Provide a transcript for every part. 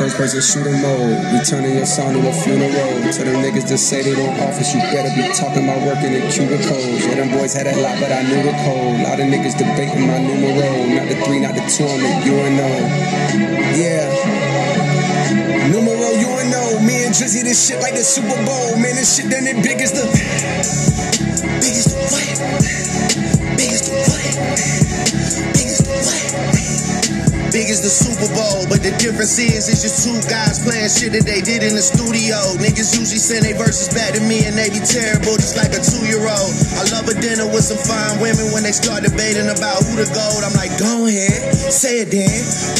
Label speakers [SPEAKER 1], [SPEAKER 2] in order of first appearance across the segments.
[SPEAKER 1] First person shooter mode. We turning your sound to a funeral. To them niggas that say they don't office, you better be talking about working in cubicles. Yeah, them boys had a lot, but I knew the code. A lot of niggas debating my numero. Not the three, not the two, I'm the UNO. Yeah. Numero UNO. Me and Drizzy, this shit like the Super Bowl. Man, this shit done it big as the. Big as the what? Big as the what? Big as the what? Big as the Super Bowl, but the difference is it's just two guys playing shit that they did in the studio. Niggas usually send they verses back to me and they be terrible, just like a two-year-old. I love a dinner with some fine women when they start debating about who the gold. I'm like, go ahead, say it then.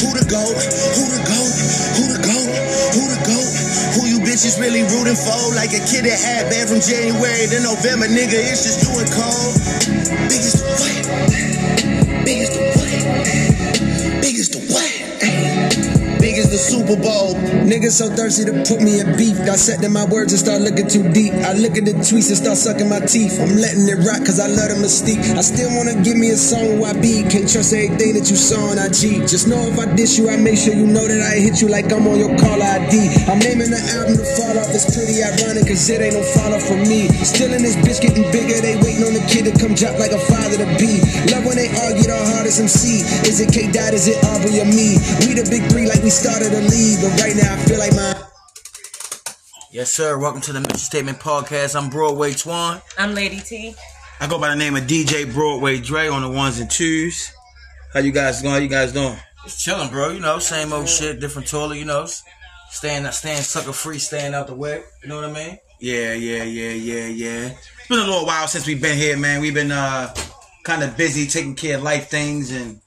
[SPEAKER 1] Who the gold? Who the gold? Who the gold? Who the goat? Who you bitches really rooting for? Like a kid that had bad from January to November, nigga. It's just you and Cole. Biggest the what? Biggest the what? Biggest the what? Big as the Super Bowl. Niggas so thirsty to put me in beef. Dissecting my words and start looking too deep. I look at the tweets and start sucking my teeth. I'm letting it rock cause I love the mystique. I still wanna give me a song where I be. Can't trust everything that you saw on IG. Just know if I diss you, I make sure you know that I hit you like I'm on your call ID. I'm naming the album The Fall Off. It's pretty ironic cause it ain't no fall off for me. Still in this bitch getting bigger. They waiting on the kid to come drop like a father to be. Love when they argue the hardest MC. Is it K Dot? Is it Aubrey or me? We the big three like we started a league, but right now I feel like my.
[SPEAKER 2] Yes, sir. Welcome to the Mission Statement Podcast. I'm Broadway Twan.
[SPEAKER 3] I'm Lady T.
[SPEAKER 2] I go by the name of DJ Broadway Dre on the ones and twos. How you guys going? How you guys doing? It's chilling, bro. You know, same old shit, different toilet. You know, staying, staying sucker free, staying out the way. You know what I mean?
[SPEAKER 4] Yeah, yeah, yeah, yeah, yeah. It's been a little while since we've been here, man. We've been uh kind of busy taking care of life things and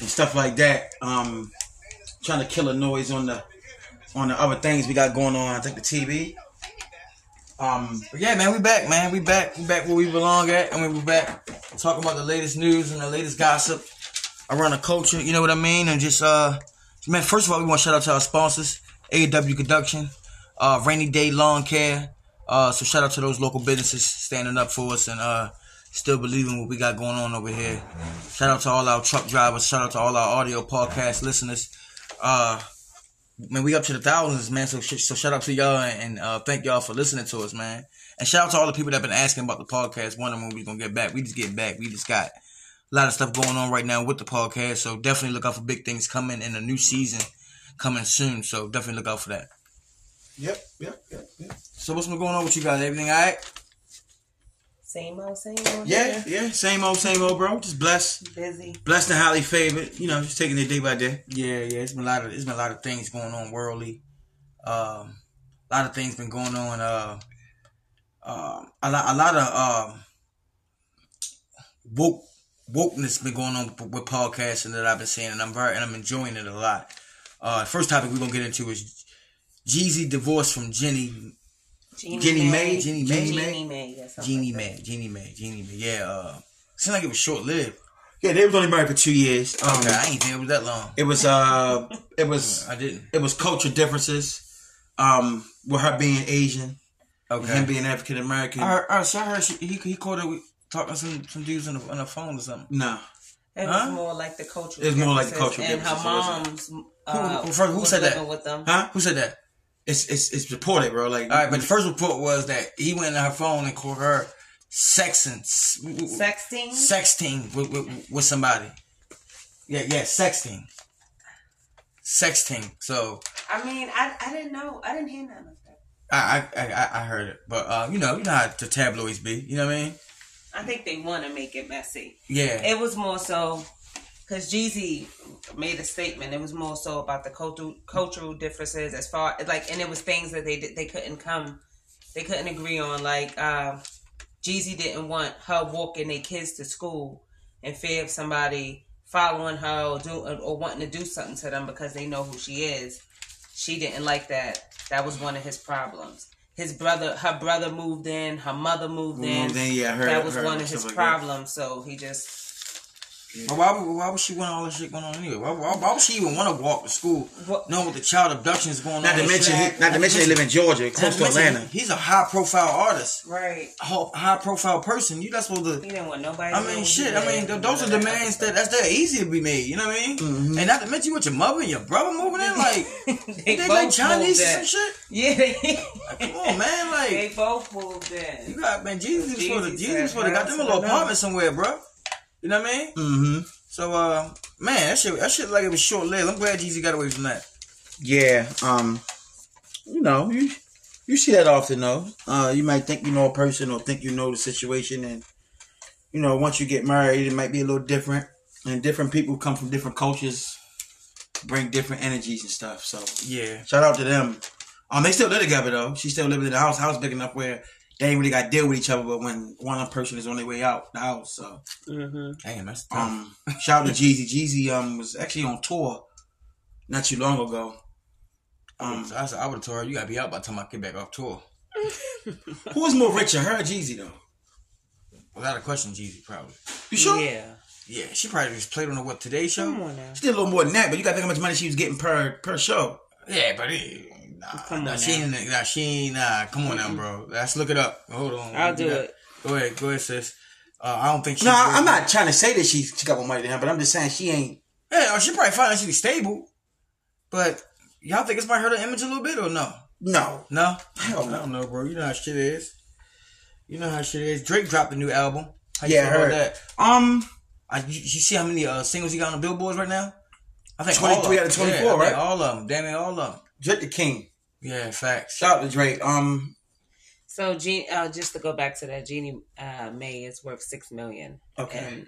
[SPEAKER 4] and stuff like that. Um trying to kill a noise on the on the other things we got going on. I think the TV.
[SPEAKER 2] Um, but yeah, man, we back, man. We back. We back where we belong at, and we back talking about the latest news and the latest gossip around the culture. You know what I mean? And just uh, man, first of all, we want to shout out to our sponsors, AW Conduction, uh, Rainy Day Lawn Care. Uh, so shout out to those local businesses standing up for us and uh, still believing what we got going on over here. Shout out to all our truck drivers. Shout out to all our audio podcast listeners uh man we up to the thousands man so sh- so shout out to y'all and, and uh thank y'all for listening to us man and shout out to all the people that been asking about the podcast wondering when we gonna get back we just get back we just got a lot of stuff going on right now with the podcast so definitely look out for big things coming in a new season coming soon so definitely look out for that
[SPEAKER 4] Yep, yep, yep, yep.
[SPEAKER 2] so what's been going on with you guys everything all right
[SPEAKER 3] Same old, same old.
[SPEAKER 4] Yeah, yeah. Same old, same old, bro. Just blessed,
[SPEAKER 3] Busy.
[SPEAKER 4] blessed and highly favored. You know, just taking it day by day.
[SPEAKER 2] Yeah, yeah. It's been a lot of it's been a lot of things going on worldly. Um, a lot of things been going on. Uh, uh, a lot, a lot of um, woke wokeness been going on with, with podcasting that I've been seeing, and I'm very and I'm enjoying it a lot. Uh, first topic we're gonna get into is Jeezy divorced from Jenny
[SPEAKER 3] Jeannie,
[SPEAKER 2] Jeannie Mae, Jeannie Mae,
[SPEAKER 3] Jeannie
[SPEAKER 2] Mae?
[SPEAKER 3] Mae, yes, something
[SPEAKER 2] Jeannie
[SPEAKER 3] like
[SPEAKER 2] Mae, Jeannie Mae, Jeannie Mae. Yeah, uh, seemed like it was short lived.
[SPEAKER 4] Yeah, they was only married for two years. Um,
[SPEAKER 2] Okay, I ain't think it was that long.
[SPEAKER 4] It was uh, it was
[SPEAKER 2] I didn't.
[SPEAKER 4] it was culture differences. Um, with her being Asian, and him
[SPEAKER 2] Okay.
[SPEAKER 4] being African American.
[SPEAKER 2] I heard, I heard, so I heard she, he he called her with- talking to some some dudes on the on the phone or something.
[SPEAKER 4] No,
[SPEAKER 3] that. It
[SPEAKER 2] Huh?
[SPEAKER 3] was more like the culture.
[SPEAKER 4] It's more like the cultural
[SPEAKER 3] And her
[SPEAKER 4] differences,
[SPEAKER 3] mom's. Uh,
[SPEAKER 2] who- who
[SPEAKER 3] was
[SPEAKER 2] said that?
[SPEAKER 3] living With them.
[SPEAKER 4] huh?
[SPEAKER 2] Who said that?
[SPEAKER 4] It's it's it's reported, bro. Like,
[SPEAKER 2] All right, but the first report was that he went on her phone and called her sexing, s- w- w-
[SPEAKER 3] Sexting.
[SPEAKER 2] sexting with, with with somebody. Yeah, yeah, sexting, sexting. So
[SPEAKER 3] I mean, I, I didn't know. I didn't hear nothing of that.
[SPEAKER 2] I I, I- I I heard it, but uh, you know you know how the tabloids be. You know what I mean?
[SPEAKER 3] I think they want to make it messy.
[SPEAKER 2] Yeah,
[SPEAKER 3] It was more so because Jeezy made a statement. It was more so about the cultural cultural differences as far like, and it was things that they did they couldn't come, they couldn't agree on. Like um, Jeezy didn't want her walking their kids to school in fear of somebody following her or do or wanting to do something to them because they know who she is. She didn't like that. That was one of his problems. His brother, her brother moved in. Her mother moved in.
[SPEAKER 4] Moved in, yeah, I heard-
[SPEAKER 3] that was
[SPEAKER 4] heard
[SPEAKER 3] one of his
[SPEAKER 4] something like that.
[SPEAKER 3] problems. So he just
[SPEAKER 5] But Why would, why would she want all this shit going on anyway? Why, why, why would she even want to walk to school
[SPEAKER 3] What-
[SPEAKER 5] knowing what the child abduction is going
[SPEAKER 2] Not
[SPEAKER 5] on?
[SPEAKER 2] to
[SPEAKER 5] and
[SPEAKER 2] mention,
[SPEAKER 5] shit?
[SPEAKER 2] he, not to mention, they live in Georgia,
[SPEAKER 5] Not
[SPEAKER 2] close
[SPEAKER 5] to
[SPEAKER 2] to
[SPEAKER 5] mention,
[SPEAKER 2] Atlanta.
[SPEAKER 5] He's a high profile artist,
[SPEAKER 3] Right.
[SPEAKER 5] high profile person. You're not supposed
[SPEAKER 3] He
[SPEAKER 5] to.
[SPEAKER 3] didn't want nobody.
[SPEAKER 5] I
[SPEAKER 3] to know
[SPEAKER 5] mean,
[SPEAKER 3] who
[SPEAKER 5] shit.
[SPEAKER 3] he
[SPEAKER 5] I mean,
[SPEAKER 3] was.
[SPEAKER 5] th- those are demands that that's that easy to be made. You know what I mean? And not to mention with your mother and your brother moving in, like
[SPEAKER 3] Mm-hmm. they
[SPEAKER 5] they
[SPEAKER 3] both
[SPEAKER 5] like Chinese
[SPEAKER 3] moved
[SPEAKER 5] and some
[SPEAKER 3] in.
[SPEAKER 5] shit.
[SPEAKER 3] Yeah, they-
[SPEAKER 5] Like, come on, man.
[SPEAKER 3] they
[SPEAKER 5] Like
[SPEAKER 3] both moved in.
[SPEAKER 5] you got man, Jesus was for the
[SPEAKER 3] Jesus
[SPEAKER 5] Jesus was for
[SPEAKER 3] said,
[SPEAKER 5] the got them a
[SPEAKER 3] "Hell
[SPEAKER 5] little
[SPEAKER 3] to the
[SPEAKER 5] apartment somewhere, bro. You know what I mean?
[SPEAKER 2] Mm-hmm.
[SPEAKER 5] So, uh, man, that shit, that shit like it was short lived. I'm glad Jeezy got away from that.
[SPEAKER 2] Yeah. Um. You know, you you see that often though. Uh, you might think you know a person or think you know the situation, and you know once you get married, it might be a little different. And different people come from different cultures, bring different energies and stuff. So
[SPEAKER 5] Yeah.
[SPEAKER 2] shout out to them. Um, they still live together though. She's still living in the house. House big enough where they ain't really got to deal with each other. But when one person is on their way out the house, so.
[SPEAKER 3] Mm-hmm.
[SPEAKER 5] Damn, that's tough.
[SPEAKER 2] Um, shout out to Jeezy. Jeezy um was actually on tour not too long ago. Um,
[SPEAKER 5] so I said, I would have told her, you gotta be out by the time I get back off tour.
[SPEAKER 2] who was more richer, her or Jeezy though?
[SPEAKER 5] Without a question, Jeezy probably.
[SPEAKER 2] You sure?
[SPEAKER 3] Yeah.
[SPEAKER 5] Yeah, she probably just played on the What Today show.
[SPEAKER 3] Come on now.
[SPEAKER 2] She did a little more than that, but you got to think how much money she was getting per per show.
[SPEAKER 5] Yeah, but it, nah,
[SPEAKER 3] Come
[SPEAKER 5] nah,
[SPEAKER 3] on
[SPEAKER 5] she
[SPEAKER 3] now.
[SPEAKER 5] ain't, nah, she ain't, nah, come on now, bro. Let's look it up. Hold on.
[SPEAKER 3] I'll
[SPEAKER 5] We
[SPEAKER 3] do
[SPEAKER 5] got-
[SPEAKER 3] it.
[SPEAKER 5] Go ahead, go ahead, sis. Uh, I don't think she.
[SPEAKER 2] No, I- I'm not trying to say that she she got more money than him, but I'm just saying she ain't.
[SPEAKER 5] Yeah, oh, she probably financially stable, but y'all think it's might hurt her image a little bit or no?
[SPEAKER 2] No,
[SPEAKER 5] No,
[SPEAKER 2] Hell no.
[SPEAKER 5] I don't know, bro. You know how shit is. You know how shit is. Drake dropped a new album. How
[SPEAKER 2] Yeah,
[SPEAKER 5] you feel about
[SPEAKER 2] heard.
[SPEAKER 5] that?
[SPEAKER 2] um,
[SPEAKER 5] I, you, you see how many uh, singles he got on the billboards right now? I think
[SPEAKER 2] 23
[SPEAKER 5] all
[SPEAKER 2] out of 24,
[SPEAKER 5] them. Yeah, I think
[SPEAKER 2] right?
[SPEAKER 5] All of them. Damn it, all of them.
[SPEAKER 2] Drake the King.
[SPEAKER 5] Yeah, facts.
[SPEAKER 2] Shout out to Drake. Um,
[SPEAKER 3] So, Jean, uh, just to go back to that, Jeannie uh, May is worth six million.
[SPEAKER 2] Okay.
[SPEAKER 3] And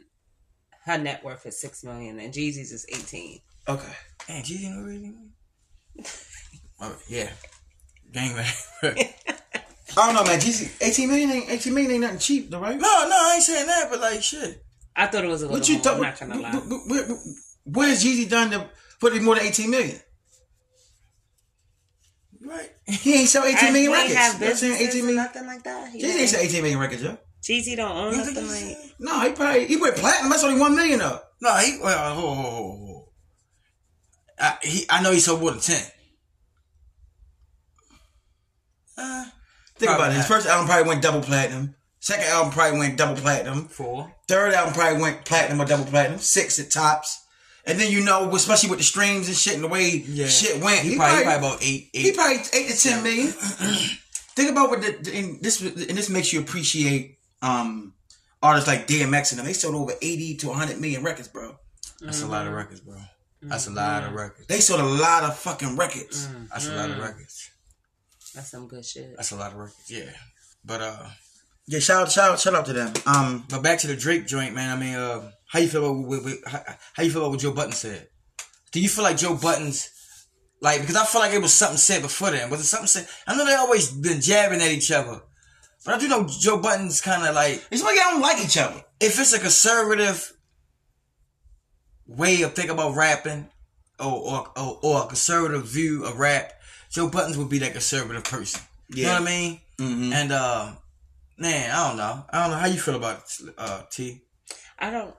[SPEAKER 3] her net worth is six million, and Jeezy's is eighteen.
[SPEAKER 2] okay.
[SPEAKER 5] Man, Jeezy ain't really. Oh, yeah. Gangbang.
[SPEAKER 2] I don't know, man. Jeezy, 18 million ain't 18 million ain't nothing cheap, though, right?
[SPEAKER 5] no, no, I ain't saying that, but like, shit.
[SPEAKER 3] I thought it was a little.
[SPEAKER 2] What you
[SPEAKER 3] more, I'm not
[SPEAKER 2] talking?
[SPEAKER 3] gonna lie.
[SPEAKER 2] Where's Jeezy done to put it more than 18 million?
[SPEAKER 5] Right.
[SPEAKER 2] He ain't sell 18 million
[SPEAKER 3] I-
[SPEAKER 2] records.
[SPEAKER 3] they have
[SPEAKER 2] You know what I'm saying? 18
[SPEAKER 3] businesses and
[SPEAKER 2] million.
[SPEAKER 3] nothing like that. He
[SPEAKER 2] Jeezy ain't
[SPEAKER 3] didn't-
[SPEAKER 2] sell 18 million records, yo.
[SPEAKER 3] Jeezy don't own
[SPEAKER 5] You think
[SPEAKER 3] nothing
[SPEAKER 5] he's-
[SPEAKER 3] like.
[SPEAKER 2] No, he probably he went platinum. That's only one million up.
[SPEAKER 5] No, he. Well, ho, ho, ho, ho.
[SPEAKER 2] Uh,
[SPEAKER 5] I, he, I know he sold more than 10. Uh,
[SPEAKER 2] Think
[SPEAKER 5] Probably
[SPEAKER 2] about it. His
[SPEAKER 5] not.
[SPEAKER 2] first album probably went double platinum. Second album probably went double platinum.
[SPEAKER 5] four.
[SPEAKER 2] Third album probably went platinum or double platinum. Six at tops. And then you know, especially with the streams and shit and the way shit went,
[SPEAKER 5] He, probably, he probably about eight, eight.
[SPEAKER 2] he probably eight to ten million. Think about what the, and this and this makes you appreciate um artists like DMX and them. They sold over eighty to hundred million records, bro.
[SPEAKER 5] That's a lot of records, bro. That's a lot of records.
[SPEAKER 2] They sold a lot of fucking records.
[SPEAKER 5] That's a lot of records.
[SPEAKER 3] That's some good shit.
[SPEAKER 5] That's a lot of records. Yeah. But uh,
[SPEAKER 2] Yeah, shout out, shout out, shout out to them. Um,
[SPEAKER 5] but back to the Drake joint, man. I mean, uh, how you feel about what, what- how, how you feel about what Joe Button said? Do you feel like Joe Button's like because I feel like it was something said before then. Was it something said? I know they always been jabbing at each other, but I do know Joe Button's kind of like
[SPEAKER 2] it's like they don't like each other.
[SPEAKER 5] if it's a conservative way of thinking about rapping or or, or, or a conservative view of rap, Joe Buttons would be that conservative person. You know what I mean?
[SPEAKER 2] Mm-hmm.
[SPEAKER 5] And uh, man, I don't know. I don't know how you feel about uh, T.
[SPEAKER 3] I don't.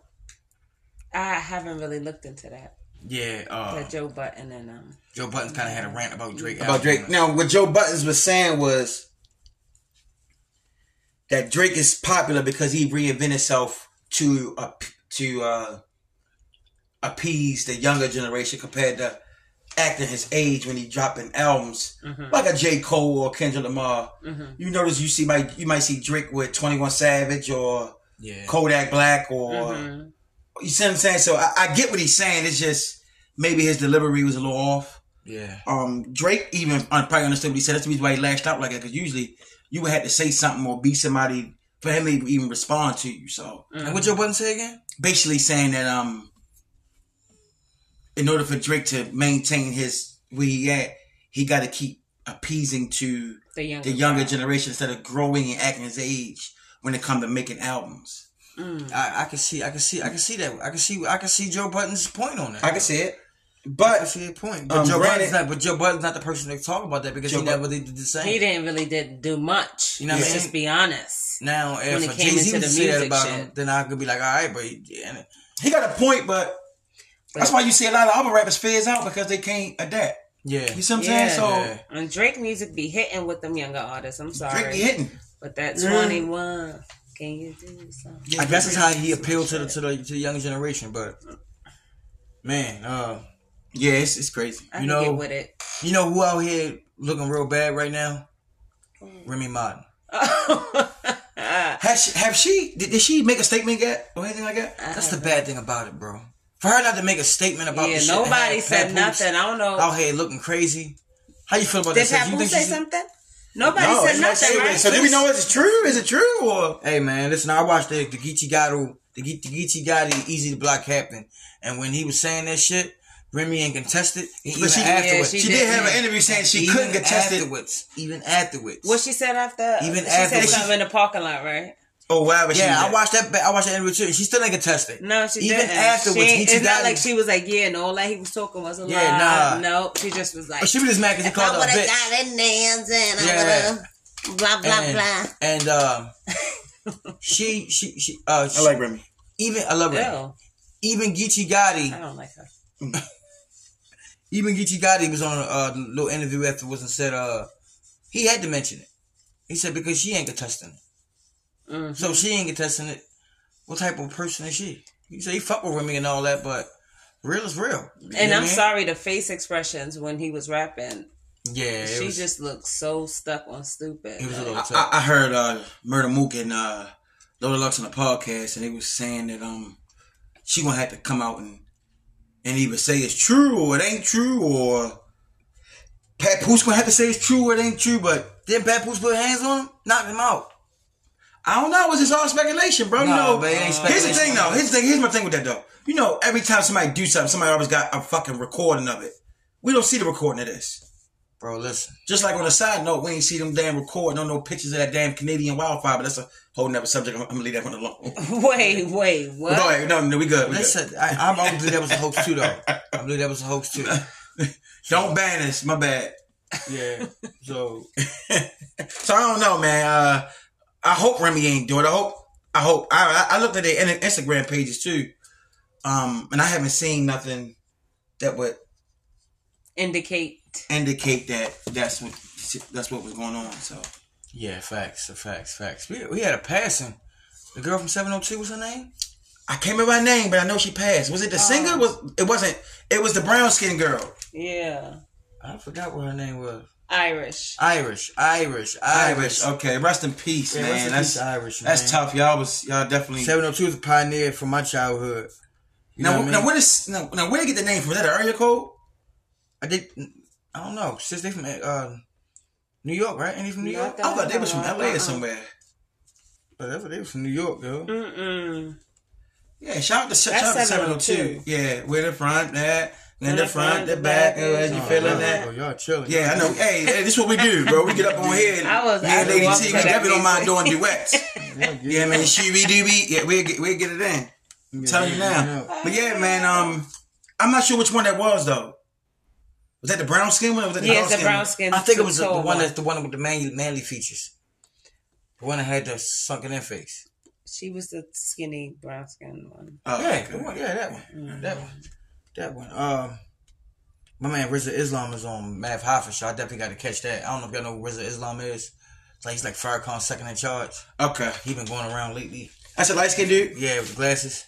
[SPEAKER 3] I haven't really looked into that.
[SPEAKER 5] Yeah, uh,
[SPEAKER 3] That Joe Button and um.
[SPEAKER 5] Joe Buttons kind of had a rant about Drake.
[SPEAKER 2] about
[SPEAKER 5] album.
[SPEAKER 2] Drake. Now, what Joe Buttons was saying was that Drake is popular because he reinvented himself to uh, to uh, appease the younger generation compared to acting his age when he dropping albums like a J Cole or Kendrick Lamar. You notice you see might you might see Drake with Twenty One Savage or
[SPEAKER 5] yeah,
[SPEAKER 2] Kodak Black or.
[SPEAKER 3] mhm.
[SPEAKER 2] You see what I'm saying? So I, I get what he's saying. It's just maybe his delivery was a little off
[SPEAKER 5] yeah,
[SPEAKER 2] um, Drake even un- probably understood what he said. That's the reason why he lashed out like that. Because usually you would have to say something or be somebody for him to even respond to you. So
[SPEAKER 5] and what Joe Button say again?
[SPEAKER 2] Mm-hmm. basically saying that um, in order for Drake to maintain his where he at, he got to keep appeasing to
[SPEAKER 3] The younger.
[SPEAKER 2] the younger generation instead of growing and acting his age when it comes to making albums.
[SPEAKER 3] Mm.
[SPEAKER 5] I, I can see, I can see, I can see that. I can see, I can see Joe Button's point on that.
[SPEAKER 2] I can see it,
[SPEAKER 5] I
[SPEAKER 2] but
[SPEAKER 5] see your point. But
[SPEAKER 2] Um,
[SPEAKER 5] Joe
[SPEAKER 2] granted-
[SPEAKER 5] Budden's not. But Joe Budden's not the person to talk about that because
[SPEAKER 2] Joe
[SPEAKER 5] he
[SPEAKER 2] Budden-
[SPEAKER 5] never really did the same.
[SPEAKER 3] He didn't really did do much.
[SPEAKER 5] You know what I
[SPEAKER 3] Let's
[SPEAKER 5] mean?
[SPEAKER 3] Just be honest.
[SPEAKER 5] Now,
[SPEAKER 3] When
[SPEAKER 5] if
[SPEAKER 3] it
[SPEAKER 5] a
[SPEAKER 3] came
[SPEAKER 5] Jay Z
[SPEAKER 3] into
[SPEAKER 5] would
[SPEAKER 3] the
[SPEAKER 5] say that
[SPEAKER 3] music
[SPEAKER 5] about
[SPEAKER 3] shit.
[SPEAKER 5] him, then I could be like, all right, but he, and
[SPEAKER 2] He got a point, but that's why you see a lot of other rappers phase out because they can't adapt.
[SPEAKER 5] Yeah.
[SPEAKER 2] You see what I'm
[SPEAKER 3] Yeah.
[SPEAKER 2] saying? So
[SPEAKER 3] And Drake music be hitting with them younger artists. I'm sorry.
[SPEAKER 2] Drake be hitting.
[SPEAKER 3] But that
[SPEAKER 2] Yeah.
[SPEAKER 3] 21, can you do something?
[SPEAKER 5] I guess that's how he appealed to the to the to the younger generation, but man, uh,
[SPEAKER 2] Yeah, it's, it's crazy.
[SPEAKER 3] I can
[SPEAKER 5] You know-
[SPEAKER 3] get with it.
[SPEAKER 5] you know who out here looking real bad right now? Remy Ma.
[SPEAKER 2] Has she, have she did, did she make a statement yet or anything like that?
[SPEAKER 5] That's the bad thing about it, bro. For her not to make a statement about
[SPEAKER 3] yeah,
[SPEAKER 5] this oh, shit and
[SPEAKER 3] nobody
[SPEAKER 5] have
[SPEAKER 3] said
[SPEAKER 5] Papoose
[SPEAKER 3] nothing. I don't know.
[SPEAKER 5] out here looking crazy. How you feel about
[SPEAKER 3] Did
[SPEAKER 5] that? You
[SPEAKER 3] Papoose
[SPEAKER 5] think
[SPEAKER 3] say
[SPEAKER 5] she's-
[SPEAKER 3] something? Nobody said
[SPEAKER 2] it's not
[SPEAKER 3] nothing,
[SPEAKER 2] statement.
[SPEAKER 3] right?
[SPEAKER 2] So do we know if it's true? Is it true or
[SPEAKER 5] Hey man, listen, I watched the the Geechee Gotti, the Ge- the Geechee Gotti Easy to Block happen, and when he was saying that shit, Remy ain't contested. And even
[SPEAKER 2] she- yeah,
[SPEAKER 5] afterwards,
[SPEAKER 3] she
[SPEAKER 2] she did have an
[SPEAKER 3] didn't.
[SPEAKER 2] interview saying she
[SPEAKER 5] even
[SPEAKER 2] couldn't contest it
[SPEAKER 5] afterwards, even afterwards.
[SPEAKER 3] What she said after?
[SPEAKER 5] Even
[SPEAKER 3] she
[SPEAKER 5] after
[SPEAKER 3] said
[SPEAKER 5] she-
[SPEAKER 3] something in the parking lot, right?
[SPEAKER 2] or whatever? Oh, she
[SPEAKER 5] yeah, I
[SPEAKER 2] did.
[SPEAKER 5] watched that. ba- I watched that interview too. and She still ain't contested.
[SPEAKER 3] No, she
[SPEAKER 5] even
[SPEAKER 3] didn't.
[SPEAKER 5] afterwards.
[SPEAKER 3] she,
[SPEAKER 5] he
[SPEAKER 3] it's not
[SPEAKER 5] just-
[SPEAKER 3] like she was like, yeah, and all that he was talking was a
[SPEAKER 5] Yeah,
[SPEAKER 3] lie.
[SPEAKER 5] nah. Oh,
[SPEAKER 3] No, she just was like,
[SPEAKER 5] She was just mad because he called her a bitch.
[SPEAKER 3] in nails and
[SPEAKER 5] Yeah.
[SPEAKER 3] would've blah
[SPEAKER 5] and, and um, she she she uh,
[SPEAKER 2] I like Remy.
[SPEAKER 5] even I love her.
[SPEAKER 3] Ew,
[SPEAKER 5] Even Geechee Gotti,
[SPEAKER 3] I don't like her.
[SPEAKER 5] even Geechee Gotti was on a uh, little interview afterwards and said uh he had to mention it. He said because she ain't contesting it,
[SPEAKER 2] Mm-hmm.
[SPEAKER 3] Mm.
[SPEAKER 5] so if she ain't contesting it. What type of person is she? You say he fuck with Remy and all that, but real is real. You know
[SPEAKER 3] And
[SPEAKER 5] what I
[SPEAKER 3] I'm
[SPEAKER 5] mean?
[SPEAKER 3] sorry, the face expressions when he was rapping,
[SPEAKER 5] Yeah, it
[SPEAKER 3] she
[SPEAKER 5] was-
[SPEAKER 3] just looked so stuck on stupid.
[SPEAKER 5] it was a
[SPEAKER 3] Like,
[SPEAKER 5] little tough.
[SPEAKER 2] I, I heard uh, Murder Mook and uh, Lola Lux on a podcast, and they was saying that um she gonna have to come out and and either say it's true or it ain't true, or Pat Poose gonna have to say it's true or it ain't true. But
[SPEAKER 5] Then Papoose put hands on him, knocked him out.
[SPEAKER 2] I don't know. It's just all speculation, bro. you
[SPEAKER 5] No,
[SPEAKER 2] know,
[SPEAKER 5] but it ain't
[SPEAKER 2] here's the
[SPEAKER 5] speculation.
[SPEAKER 2] thing, though. Here's the thing. Here's my thing with that, though. You know, every time somebody do something, somebody always got a fucking recording of it. We don't see the recording of this.
[SPEAKER 5] Bro, listen.
[SPEAKER 2] Just like on a side note, we ain't see them damn recording on no pictures of that damn Canadian wildfire, but that's a whole nother subject. I'm, I'm gonna leave that one alone.
[SPEAKER 3] Wait, wait, what?
[SPEAKER 2] Go ahead. No, no, we good. We good.
[SPEAKER 5] Listen, I, I, I believe that was a hoax too, though. I believe that was a hoax too.
[SPEAKER 2] Don't ban us. My bad.
[SPEAKER 5] Yeah. So
[SPEAKER 2] So I don't know, man. Uh, I hope Remy ain't doing. it. I hope. I hope. I I I looked at their in- Instagram pages too, um, and I haven't seen nothing that would
[SPEAKER 3] Indicate.
[SPEAKER 2] indicate that that's what that's what was going on. So
[SPEAKER 5] yeah, facts, facts, facts. We, we had a passing. The girl from 702, what's her name?
[SPEAKER 2] I can't remember her name, but I know she passed. Was it the
[SPEAKER 5] Uh,
[SPEAKER 2] singer? Was it wasn't? It was the brown skinned girl.
[SPEAKER 3] Yeah.
[SPEAKER 5] I forgot what her name was.
[SPEAKER 3] Irish.
[SPEAKER 5] Irish, Irish, Irish.
[SPEAKER 2] Okay, rest in peace,
[SPEAKER 5] Yeah,
[SPEAKER 2] man.
[SPEAKER 5] rest in
[SPEAKER 2] that's
[SPEAKER 5] peace, Irish,
[SPEAKER 2] That's
[SPEAKER 5] man.
[SPEAKER 2] tough. Y'all was y'all definitely.
[SPEAKER 5] 702 is a pioneer from my childhood. You know
[SPEAKER 2] now,
[SPEAKER 5] what I
[SPEAKER 2] now
[SPEAKER 5] mean?
[SPEAKER 2] what is now, now where did you get the name from? Is that an area code?
[SPEAKER 5] I did, I don't know. Since they from uh, New York, right? Ain't they from New
[SPEAKER 3] Not
[SPEAKER 5] York?
[SPEAKER 3] that-
[SPEAKER 2] I thought they was from LA or
[SPEAKER 3] Uh-uh.
[SPEAKER 2] somewhere.
[SPEAKER 5] But that's what they was from New York, girl.
[SPEAKER 2] Mm,
[SPEAKER 3] Mm-mm.
[SPEAKER 2] Yeah, shout out to shout out to
[SPEAKER 3] That's
[SPEAKER 2] seven oh two.
[SPEAKER 3] 702.
[SPEAKER 2] Yeah, with the front, that, then
[SPEAKER 3] the
[SPEAKER 2] the front, the back,
[SPEAKER 3] back,
[SPEAKER 2] uh, as you
[SPEAKER 3] yeah.
[SPEAKER 5] Oh,
[SPEAKER 2] feeling
[SPEAKER 5] Oh,
[SPEAKER 2] that.
[SPEAKER 5] y'all chilling.
[SPEAKER 2] Yeah, I know. Hey, hey, this is what we do, bro. We get up on here. and
[SPEAKER 3] I was-
[SPEAKER 2] me
[SPEAKER 3] I
[SPEAKER 2] and Lady
[SPEAKER 3] was
[SPEAKER 2] T, we
[SPEAKER 3] for that
[SPEAKER 2] definitely don't mind
[SPEAKER 3] reason.
[SPEAKER 2] doing duets. yeah, man, she be do be. Yeah, we get we get it in. I'm telling you now. But yeah, man. Um, I'm not sure which one that was though. Was that the brown skin one? Or was that the
[SPEAKER 3] Yeah,
[SPEAKER 2] dark
[SPEAKER 3] it's the
[SPEAKER 2] skin one?
[SPEAKER 3] brown skin.
[SPEAKER 5] I think it was the, the
[SPEAKER 3] two-tone
[SPEAKER 5] one that's the one with the manly, manly features. The one that had the sunken in face.
[SPEAKER 3] She was the skinny brown skin one.
[SPEAKER 2] Oh,
[SPEAKER 5] Yeah,
[SPEAKER 2] okay. Mm.
[SPEAKER 5] the one, yeah, that one, that one, that one. Um, my man RZA Islam is on Math High for sure. I definitely got to catch that. I don't know if y'all know who RZA Islam is. It's like he's like Farrakhan second in charge.
[SPEAKER 2] Okay.
[SPEAKER 5] He been going around lately.
[SPEAKER 2] That's a light skinned dude.
[SPEAKER 5] Yeah, with the glasses.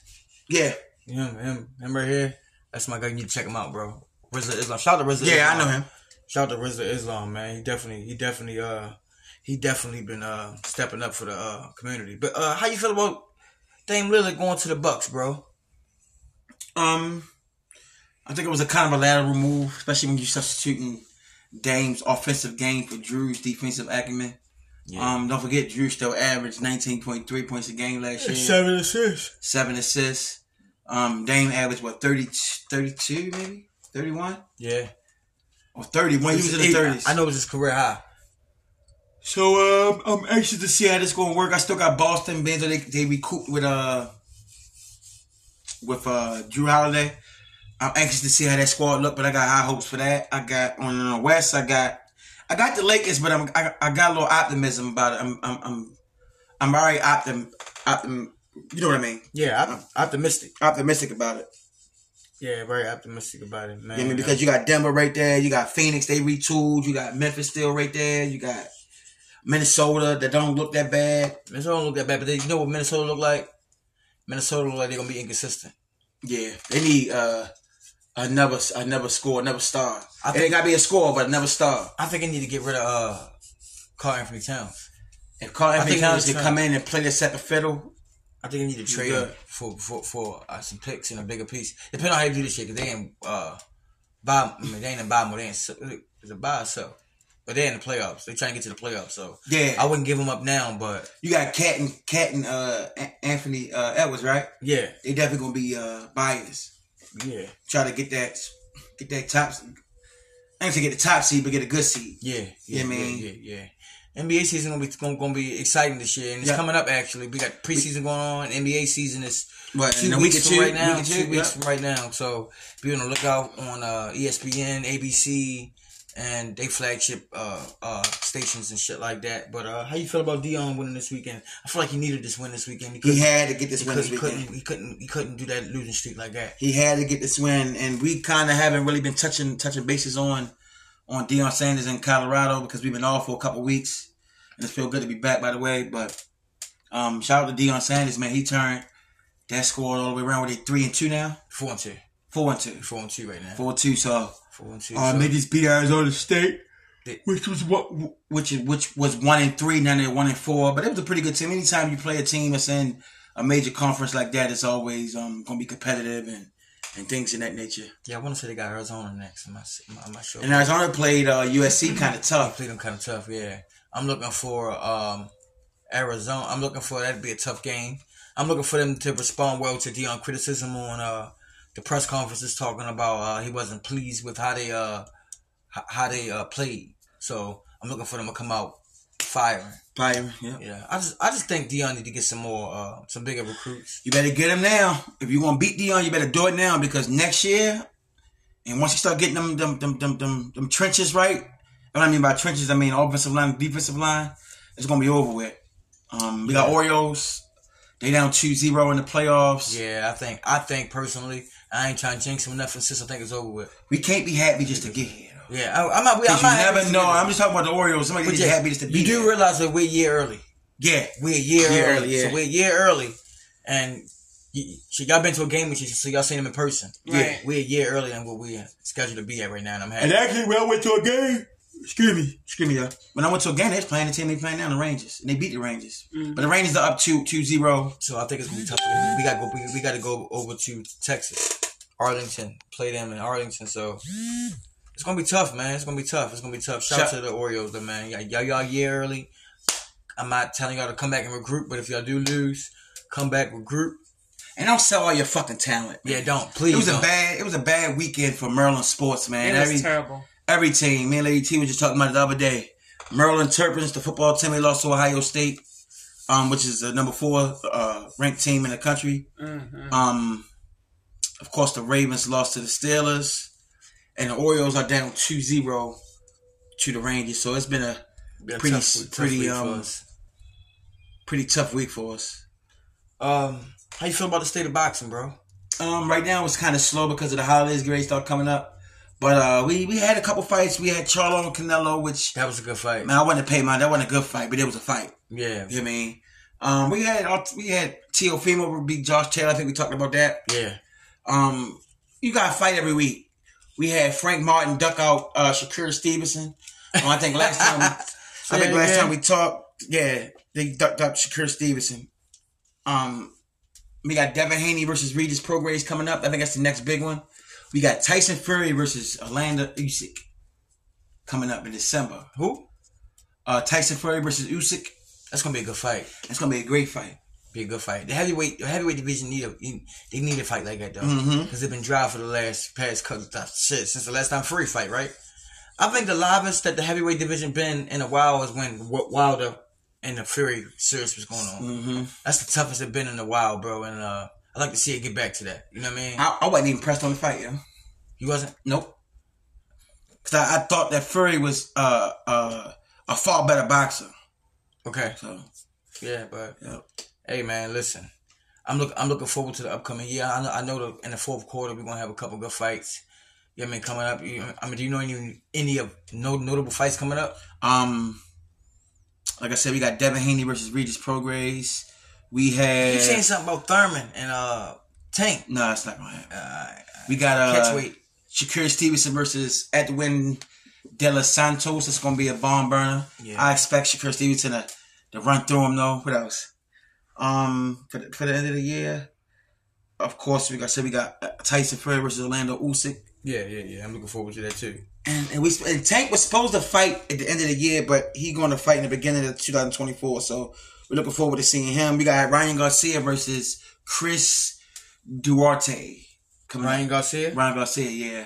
[SPEAKER 2] Yeah.
[SPEAKER 5] Him, him, him right here. That's my guy. You need to check him out, bro. RZA Islam. Shout out to RZA.
[SPEAKER 2] Yeah, I
[SPEAKER 5] Islam.
[SPEAKER 2] know him.
[SPEAKER 5] Shout out to RZA Islam, man. He definitely, he definitely, uh, he definitely been uh stepping up for the uh community. But uh, how you feel about Dame Lillard going to the Bucks, bro?
[SPEAKER 2] Um, I think it was a kind of a lateral move, especially when you're substituting Dame's offensive game for Drew's defensive acumen.
[SPEAKER 5] Yeah.
[SPEAKER 2] Um, don't forget Drew still averaged 19.3 points a game last year,
[SPEAKER 5] assists.
[SPEAKER 2] seven assists. Um, Dame averaged what 30, 32 maybe 31
[SPEAKER 5] Yeah.
[SPEAKER 2] or 30 when he was in the
[SPEAKER 5] Eight-
[SPEAKER 2] 30s.
[SPEAKER 5] I know it was his career high.
[SPEAKER 2] So um, I'm anxious to see how this going to work. I still got Boston Benzo. They they recouped with uh with uh Drew Holiday. I'm anxious to see how that squad look, but I got high hopes for that. I got on the West. I got I got the Lakers, but I'm I, I got a little optimism about it. I'm I'm I'm, I'm already optim, optim You know what I mean?
[SPEAKER 5] Yeah, op- optimistic.
[SPEAKER 2] Optimistic about it.
[SPEAKER 5] Yeah, very optimistic about it, man.
[SPEAKER 2] You know what I mean, because you got Denver right there, you got Phoenix, they retooled, you got Memphis still right there, you got Minnesota that don't look that bad.
[SPEAKER 5] Minnesota don't look that bad, but they, you know what Minnesota look like? Minnesota look like they're gonna be inconsistent.
[SPEAKER 2] Yeah, they need uh, another another score, another star. it
[SPEAKER 5] I
[SPEAKER 2] ain't
[SPEAKER 5] think-
[SPEAKER 2] gotta be a score, but another star.
[SPEAKER 5] I think they need to get rid of uh, Carl Anthony Towns.
[SPEAKER 2] If Carl Anthony
[SPEAKER 5] think he
[SPEAKER 2] Towns
[SPEAKER 5] was
[SPEAKER 2] can
[SPEAKER 5] trying-
[SPEAKER 2] come in and play the second fiddle,
[SPEAKER 5] I think they need to trade
[SPEAKER 2] Yeah.
[SPEAKER 5] him for for for uh, some picks and a bigger piece. Depending on how you do this shit, 'cause they ain't uh, buy. I mean, they ain't in buy more. They ain't s- is it buy or sell? But they in the playoffs. They trying to get to the playoffs, so
[SPEAKER 2] Yeah.
[SPEAKER 5] I wouldn't give them up now. But
[SPEAKER 2] you got Cat and Cat and uh, A- Anthony uh, Edwards, right?
[SPEAKER 5] yeah,
[SPEAKER 2] They definitely gonna be uh, buyers.
[SPEAKER 5] yeah,
[SPEAKER 2] Try to get that get that top. I ain't to get the top seed, but get a good seed.
[SPEAKER 5] yeah,
[SPEAKER 2] Yeah,
[SPEAKER 5] yeah, yeah,
[SPEAKER 2] man.
[SPEAKER 5] yeah, yeah. NBA season gonna be gonna, gonna be exciting this year, and it's
[SPEAKER 2] Yeah.
[SPEAKER 5] coming up actually. We got preseason going on. NBA season is
[SPEAKER 2] But
[SPEAKER 5] two
[SPEAKER 2] and then
[SPEAKER 5] weeks
[SPEAKER 2] get
[SPEAKER 5] from
[SPEAKER 2] you,
[SPEAKER 5] right now.
[SPEAKER 2] get
[SPEAKER 5] two
[SPEAKER 2] you,
[SPEAKER 5] weeks
[SPEAKER 2] yeah.
[SPEAKER 5] from right now. So be on the lookout on uh, ESPN, ABC, and they flagship uh, uh, stations and shit like that. But uh, how you feel about Dion winning this weekend? I feel like he needed this win this weekend. He
[SPEAKER 2] He
[SPEAKER 5] couldn't.
[SPEAKER 2] had to get this
[SPEAKER 5] he
[SPEAKER 2] win
[SPEAKER 5] couldn't,
[SPEAKER 2] this
[SPEAKER 5] he
[SPEAKER 2] weekend.
[SPEAKER 5] couldn't. He couldn't. He couldn't do that losing streak like that.
[SPEAKER 2] he had to get this win, and we kind of haven't really been touching touching bases on on Deion Sanders in Colorado because we've been off for a couple weeks, and it's feel good to be back. By the way, but um, shout out to Deion Sanders, man. He turned that score all the way around with it three and two now,
[SPEAKER 5] Four and two.
[SPEAKER 2] four and two,
[SPEAKER 5] Four and two right now. Four,
[SPEAKER 2] four
[SPEAKER 5] Uh,
[SPEAKER 2] and two. So
[SPEAKER 5] and two.
[SPEAKER 2] um,
[SPEAKER 5] so
[SPEAKER 2] they just beat Arizona State,
[SPEAKER 5] They-
[SPEAKER 2] which was what which is which was one and three. Now they're one and four, but it was a pretty good team. Anytime you play a team that's in a major conference like that, it's always um, gonna be competitive and and things in that nature.
[SPEAKER 5] yeah, I want to say they got Arizona next. I'm not, I'm not sure.
[SPEAKER 2] And Arizona played uh, USC kind of
[SPEAKER 5] I
[SPEAKER 2] tough.
[SPEAKER 5] played them kind of tough. Yeah, I'm looking for um, Arizona. I'm looking for that to be a tough game. I'm looking for them to respond well to Dion criticism on uh, the press conferences talking about uh, he wasn't pleased with how they uh, h- how they uh, played. So I'm looking for them to come out firing.
[SPEAKER 2] Byron, yeah.
[SPEAKER 5] Yeah, I just I just think Dion need to get some more uh, some bigger recruits.
[SPEAKER 2] You better get him now. If you want to beat Dion, you better do it now because next year, and once you start getting them them them them them, them trenches right, and what I mean by trenches, I mean offensive line, defensive line, it's gonna be over with. Um, we got Orioles. They down 2-0 in the playoffs.
[SPEAKER 5] Yeah, I think I think personally I ain't trying to jinx him or nothing since I think it's over with.
[SPEAKER 2] We can't be happy just to get here. though.
[SPEAKER 5] Yeah, I, I'm not. I'm
[SPEAKER 2] Because
[SPEAKER 5] not happy
[SPEAKER 2] you
[SPEAKER 5] to
[SPEAKER 2] never
[SPEAKER 5] see
[SPEAKER 2] know.
[SPEAKER 5] it.
[SPEAKER 2] I'm just talking about the Orioles. Somebody
[SPEAKER 5] But
[SPEAKER 2] just
[SPEAKER 5] yeah,
[SPEAKER 2] happy just to be
[SPEAKER 5] You do
[SPEAKER 2] here.
[SPEAKER 5] realize that we're a year early.
[SPEAKER 2] yeah.
[SPEAKER 5] We're a year,
[SPEAKER 2] Year
[SPEAKER 5] early.
[SPEAKER 2] early, yeah.
[SPEAKER 5] So we're a year early. And y she y'all been to a game with you, so y'all seen him in person.
[SPEAKER 3] Right.
[SPEAKER 5] We're a year early than what we're scheduled to be at right now, and I'm happy.
[SPEAKER 2] And actually, when I went to a game, excuse me, excuse me, yeah. When I went to a game, they was playing the team they playing now, the Rangers, and they beat the Rangers.
[SPEAKER 5] Mm.
[SPEAKER 2] But the Rangers are up 2 2 0.
[SPEAKER 5] so I think it's gonna be tough. We- We gotta go. We, we gotta go over to Texas, Arlington, play them in Arlington. So it's gonna be tough, man. It's gonna be tough. It's gonna be tough. Shout, out
[SPEAKER 2] Shout-
[SPEAKER 5] to the Orioles, though, man. Y'all, y'all, y'all year early. I'm not telling y'all to come back and regroup, but if y'all do lose, come back regroup.
[SPEAKER 2] And don't sell all your fucking talent. man.
[SPEAKER 5] Yeah, don't please.
[SPEAKER 2] It was a
[SPEAKER 5] don't.
[SPEAKER 2] bad. It was a bad weekend for Maryland sports, man.
[SPEAKER 3] It
[SPEAKER 2] Every
[SPEAKER 3] was terrible.
[SPEAKER 2] every team. Me and Lady T was just talking about it the other day. Maryland Terrapins, the football team, they lost to Ohio State, um, which is the number four uh, ranked team in the country. Um, of course, the Ravens lost to the Steelers, and the Orioles are down 2-0 to the Rangers. So it's been a
[SPEAKER 5] Been a
[SPEAKER 2] pretty-
[SPEAKER 5] tough week- tough
[SPEAKER 2] pretty,
[SPEAKER 5] week for
[SPEAKER 2] um,
[SPEAKER 5] us.
[SPEAKER 2] pretty tough week for us.
[SPEAKER 5] Um, how you feel about the state of boxing, bro?
[SPEAKER 2] Um, right now it's kind of slow because of the holidays. Grades start coming up, but uh, we we had a couple fights. We had Charlo and Canelo, which
[SPEAKER 5] That was a good fight.
[SPEAKER 2] man, I wasn't pay mine. That wasn't a good fight, but it was a fight.
[SPEAKER 5] Yeah,
[SPEAKER 2] You know what I mean? Um, we had we had Teofimo beat Josh Taylor. I think we talked about that.
[SPEAKER 5] yeah,
[SPEAKER 2] Um, you got to fight every week. We had Frank Martin duck out uh, Shakur Stevenson. Um, I think last time, I think
[SPEAKER 5] Yeah,
[SPEAKER 2] last
[SPEAKER 5] yeah.
[SPEAKER 2] time we talked, yeah, they ducked out Shakur Stevenson. Um, we got Devin Haney versus Regis Prograis coming up. I think that's the next big one. We got Tyson Fury versus Orlando Usyk coming up in December.
[SPEAKER 5] Who?
[SPEAKER 2] Uh, Tyson Fury versus Usyk.
[SPEAKER 5] That's gonna be a good fight.
[SPEAKER 2] It's gonna be a great fight.
[SPEAKER 5] Be a good fight. The heavyweight, the heavyweight division need a you- they need a fight like that though,
[SPEAKER 2] Mhm.
[SPEAKER 5] they've been dry for the last past couple shit since the last time Fury fight, right? I think the livest that the heavyweight division been in a while is when Wa- Wilder and the Fury series was going on.
[SPEAKER 2] Mm-hmm.
[SPEAKER 5] That's the toughest it been in a while, bro. And uh, I like to see it get back to that. You know what I mean?
[SPEAKER 2] I, I wasn't even pressed on the fight, yo.
[SPEAKER 5] you wasn't.
[SPEAKER 2] Nope. Cause I, I thought that Fury was uh, uh, a far better boxer.
[SPEAKER 5] Okay.
[SPEAKER 2] So
[SPEAKER 5] Yeah, but
[SPEAKER 2] Yep.
[SPEAKER 5] hey, man, listen. I'm look I'm looking forward to the upcoming year. I know, I know the, in the fourth quarter we're gonna have a couple good fights. Yeah, I mean coming up. You, I mean, do you know any any of no notable fights coming up?
[SPEAKER 2] Um, like I said, we got Devin Haney versus Regis Prograis. We
[SPEAKER 5] You saying
[SPEAKER 2] had
[SPEAKER 5] something about Thurman and uh Tank?
[SPEAKER 2] no, that's not gonna happen.
[SPEAKER 5] Uh,
[SPEAKER 2] We got uh,
[SPEAKER 5] catch weight.
[SPEAKER 2] Shakira Stevenson versus Edwin De Los Santos. It's gonna be a bomb burner.
[SPEAKER 5] Yeah.
[SPEAKER 2] I expect Shakira Stevenson to, to run through him though. What else? Um, for the, for the end of the year, of course, we got said we got uh, Tyson Fury versus Orlando Usyk,
[SPEAKER 5] Yeah, yeah, yeah. I'm looking forward to that too.
[SPEAKER 2] and, and we and Tank was supposed to fight at the end of the year, but he going to fight in the beginning of 2024. So we're looking forward to seeing him. We got Ryan Garcia versus Chris Duarte. Come
[SPEAKER 5] Ryan Garcia.
[SPEAKER 2] Ryan Garcia, yeah.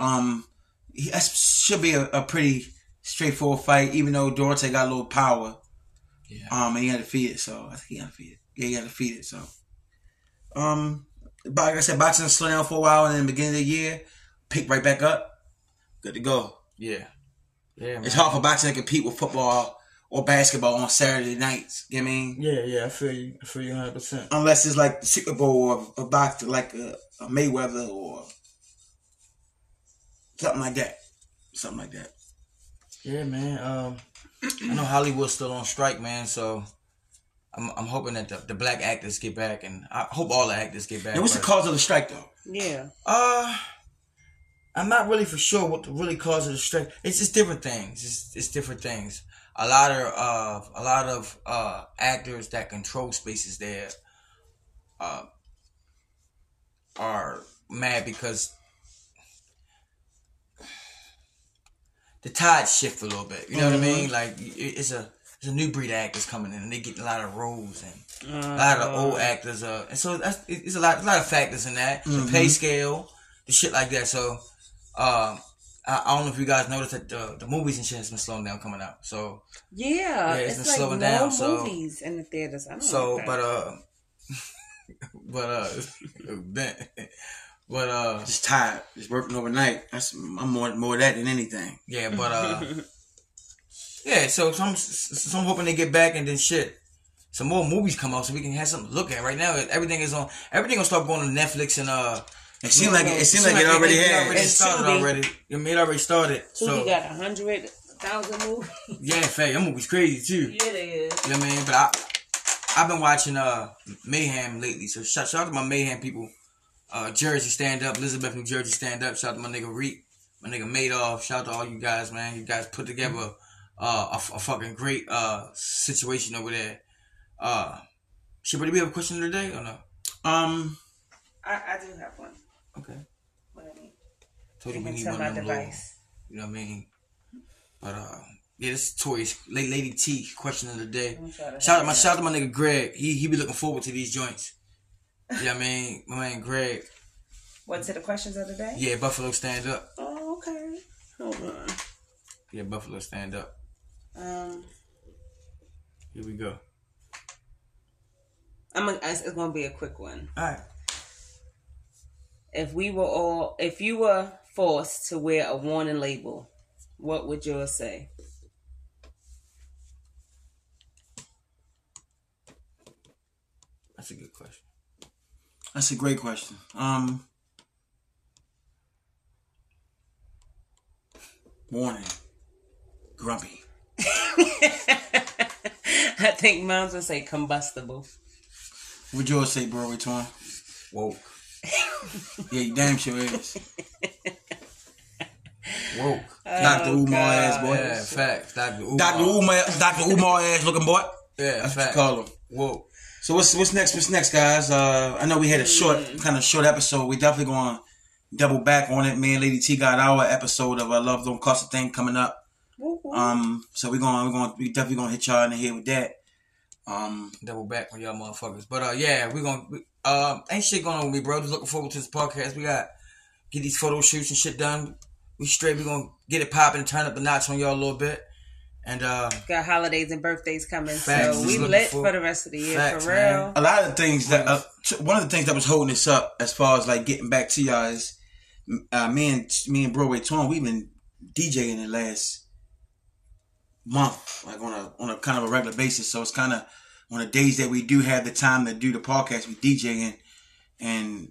[SPEAKER 2] Um, he, that should be a, a pretty straightforward fight, even though Duarte got a little power.
[SPEAKER 5] Yeah.
[SPEAKER 2] Um, and he got defeated, so I think he got defeated. Yeah, he got defeated, so. Um, but like I said, boxing slowed down for a while, and then the beginning of the year, picked right back up. Good to go.
[SPEAKER 5] Yeah. Yeah. Man.
[SPEAKER 2] It's hard for boxing to compete with football or basketball on Saturday nights. You know what I mean?
[SPEAKER 5] Yeah, yeah. I feel you. I feel you 100. percent
[SPEAKER 2] Unless it's like the Super Bowl of a boxer, like a, a Mayweather or something like that. Something like that.
[SPEAKER 5] Yeah, man. Um, I know Hollywood's still on strike, man. So. I'm, I'm hoping that the, the black actors get back, and I hope all the actors get back.
[SPEAKER 2] Now, what's the
[SPEAKER 5] but-
[SPEAKER 2] cause of the strike, though?
[SPEAKER 3] Yeah.
[SPEAKER 5] Uh, I'm not really for sure what the really cause of the strike. It's just different things. It's it's different things. A lot of uh, a lot of uh, actors that control spaces there, uh, are mad because the tide shift a little bit. You know what I mean? Like it- it's a it's a new breed of actors coming in, and they get a lot of roles and a lot of old actors uh and so that's it- it's a lot a lot of factors in that the pay scale the shit like that so um I, I don't know if you guys noticed that the, the movies and shit has been slowing down coming out so
[SPEAKER 3] Yeah,
[SPEAKER 5] it's
[SPEAKER 3] it's,
[SPEAKER 5] been
[SPEAKER 3] like
[SPEAKER 5] slowing
[SPEAKER 3] no
[SPEAKER 5] down, so-
[SPEAKER 3] movies in the theaters. I don't
[SPEAKER 5] so
[SPEAKER 3] know
[SPEAKER 5] but uh but uh that- but uh
[SPEAKER 2] Just tired. Just working overnight. That's I'm more more of that than anything.
[SPEAKER 5] yeah but uh yeah so so I'm, so I'm hoping they get back and then shit some more movies come out so we can have something to look at right now everything is on everything gonna start going to Netflix and uh
[SPEAKER 2] It seemed like it, it seemed like it
[SPEAKER 5] Seem
[SPEAKER 2] already
[SPEAKER 5] It already
[SPEAKER 2] had.
[SPEAKER 3] It's
[SPEAKER 5] started
[SPEAKER 3] Tubi.
[SPEAKER 5] already. It made already started.
[SPEAKER 3] Tubi
[SPEAKER 5] So
[SPEAKER 3] got a hundred thousand movies.
[SPEAKER 5] yeah, in fact, that movie's crazy too.
[SPEAKER 3] Yeah, they is.
[SPEAKER 5] You know what I mean? But I, I've been watching uh Mayhem lately. So shout, shout out to my Mayhem people. Uh, Jersey stand up, Elizabeth, New Jersey stand up. Shout out to my nigga Reek, my nigga Madoff. Shout out to all you guys, man. You guys put together uh, a, f- a fucking great uh situation over there. Uh, should we have a question today or no?
[SPEAKER 2] Um,
[SPEAKER 3] I, I do have one.
[SPEAKER 5] Okay.
[SPEAKER 3] What I mean,
[SPEAKER 5] Told you
[SPEAKER 3] Even
[SPEAKER 5] we need
[SPEAKER 3] to
[SPEAKER 5] one
[SPEAKER 3] my
[SPEAKER 5] of them. Little,
[SPEAKER 3] device.
[SPEAKER 5] You know what I mean? But uh, yeah, this is Tori's late lady T question of the day.
[SPEAKER 3] I'm trying to
[SPEAKER 5] Shout out
[SPEAKER 3] help
[SPEAKER 5] my
[SPEAKER 3] you
[SPEAKER 5] shout out to my nigga Greg. He he be looking forward to these joints. You know what I mean? My man Greg.
[SPEAKER 3] What to the questions of the day?
[SPEAKER 5] Yeah, Buffalo stand up.
[SPEAKER 3] Oh, okay. Hold on.
[SPEAKER 5] Yeah, Buffalo stand up.
[SPEAKER 3] Um,
[SPEAKER 5] Here we go.
[SPEAKER 3] I'm gonna, it's it's gonna be a quick one.
[SPEAKER 5] Alright.
[SPEAKER 3] If we were all, if you were forced to wear a warning label, what would yours say?
[SPEAKER 5] That's a good question.
[SPEAKER 2] that's a great question. Um, warning, grumpy.
[SPEAKER 3] I think mine's would say combustible.
[SPEAKER 2] What yours say, bro? Return.
[SPEAKER 5] Woke.
[SPEAKER 2] Yeah, you damn sure is.
[SPEAKER 5] Woke. Uh,
[SPEAKER 2] Doctor Umar ass boy.
[SPEAKER 5] yeah, facts. uh, Dr. Umar.
[SPEAKER 2] Doctor Oh, Umar, Doctor Umar ass looking boy.
[SPEAKER 5] Yeah,
[SPEAKER 2] That's what you
[SPEAKER 5] facts.
[SPEAKER 2] call him.
[SPEAKER 5] Woke.
[SPEAKER 2] So what's what's next? What's next, guys? Uh, I know we had a short, kind of short episode. We definitely going to double back on it. Me and Lady T got our episode of uh, "Love Don't Cost a Thing" coming up.
[SPEAKER 3] Woo, woo.
[SPEAKER 2] Um, so we're going, we're going, we definitely going to hit y'all in the head with that. Um,
[SPEAKER 5] double back on y'all motherfuckers. But uh, yeah, we're gonna we, uh, ain't shit going on. We bro, just looking forward to this podcast. We got get these photo shoots and shit done. We straight. We gonna get it popping and turn up the notch on y'all a little bit. And uh,
[SPEAKER 3] Got holidays and birthdays coming,
[SPEAKER 5] Facts,
[SPEAKER 3] so
[SPEAKER 5] just
[SPEAKER 3] we
[SPEAKER 5] looking
[SPEAKER 3] lit
[SPEAKER 5] for-
[SPEAKER 3] for the rest of the year
[SPEAKER 5] Facts,
[SPEAKER 3] for real.
[SPEAKER 5] man.
[SPEAKER 2] a lot of the things that, uh, t- one of the things that was holding us up as far as like getting back to y'all is, uh, me and me and Broadway Torn, we've been DJing the last month, like on a on a kind of a regular basis. So it's kind of on the days that we do have the time to do the podcast, we DJing and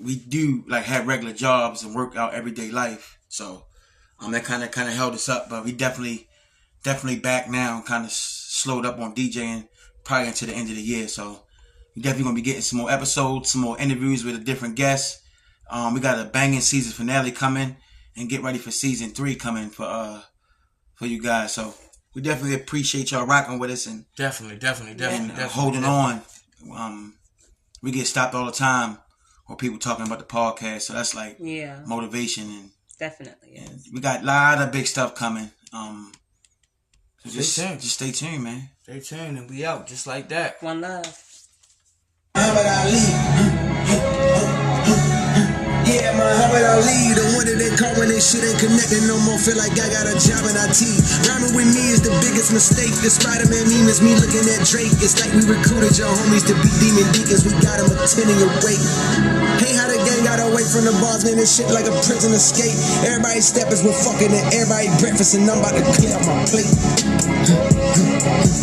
[SPEAKER 2] we do like have regular jobs and work out everyday life. So um, that kind of kind of held us up, but we definitely definitely back now. Kind of slowed up on DJing probably until the end of the year. So we definitely gonna be getting some more episodes, some more interviews with a different guest. Um, we got a banging season finale coming, and get ready for season three coming for uh for you guys. So we definitely appreciate y'all rocking with us and,
[SPEAKER 5] Definitely, definitely, definitely,
[SPEAKER 2] and uh,
[SPEAKER 5] definitely.
[SPEAKER 2] holding on. Um, we get stopped all the time, or people talking about the podcast. So that's like
[SPEAKER 3] Yeah,
[SPEAKER 2] motivation and
[SPEAKER 3] definitely. Yeah.
[SPEAKER 2] and we got a lot of big stuff coming. Um, so just
[SPEAKER 5] Stay tuned.
[SPEAKER 2] just stay tuned, man.
[SPEAKER 5] Stay tuned and we out just like that.
[SPEAKER 3] One love.
[SPEAKER 4] Muhammad Ali. Yeah, Muhammad Ali, the one that they call when they shit ain't connecting no more. Feel like I got a job in IT. Rhyming with me is the biggest mistake. The Spider-Man meme is me looking at Drake. It's like we recruited your homies to be demon deacons. We got 'em them attending your weight. Hey, how the gang got away from the bars, man? This shit like a prison escape. Everybody steppers with fucking and everybody breakfast, and I'm about to clear out my plate.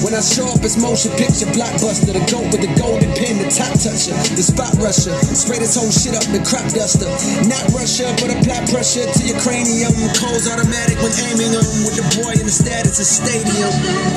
[SPEAKER 4] When I show up, it's motion picture blockbuster. The goat with the golden pin, the top toucher, the spot rusher. Spray this whole shit up, the crop duster. Not Russia, but apply pressure to your cranium. Cold's automatic when aiming 'em. With the boy in the status of stadium.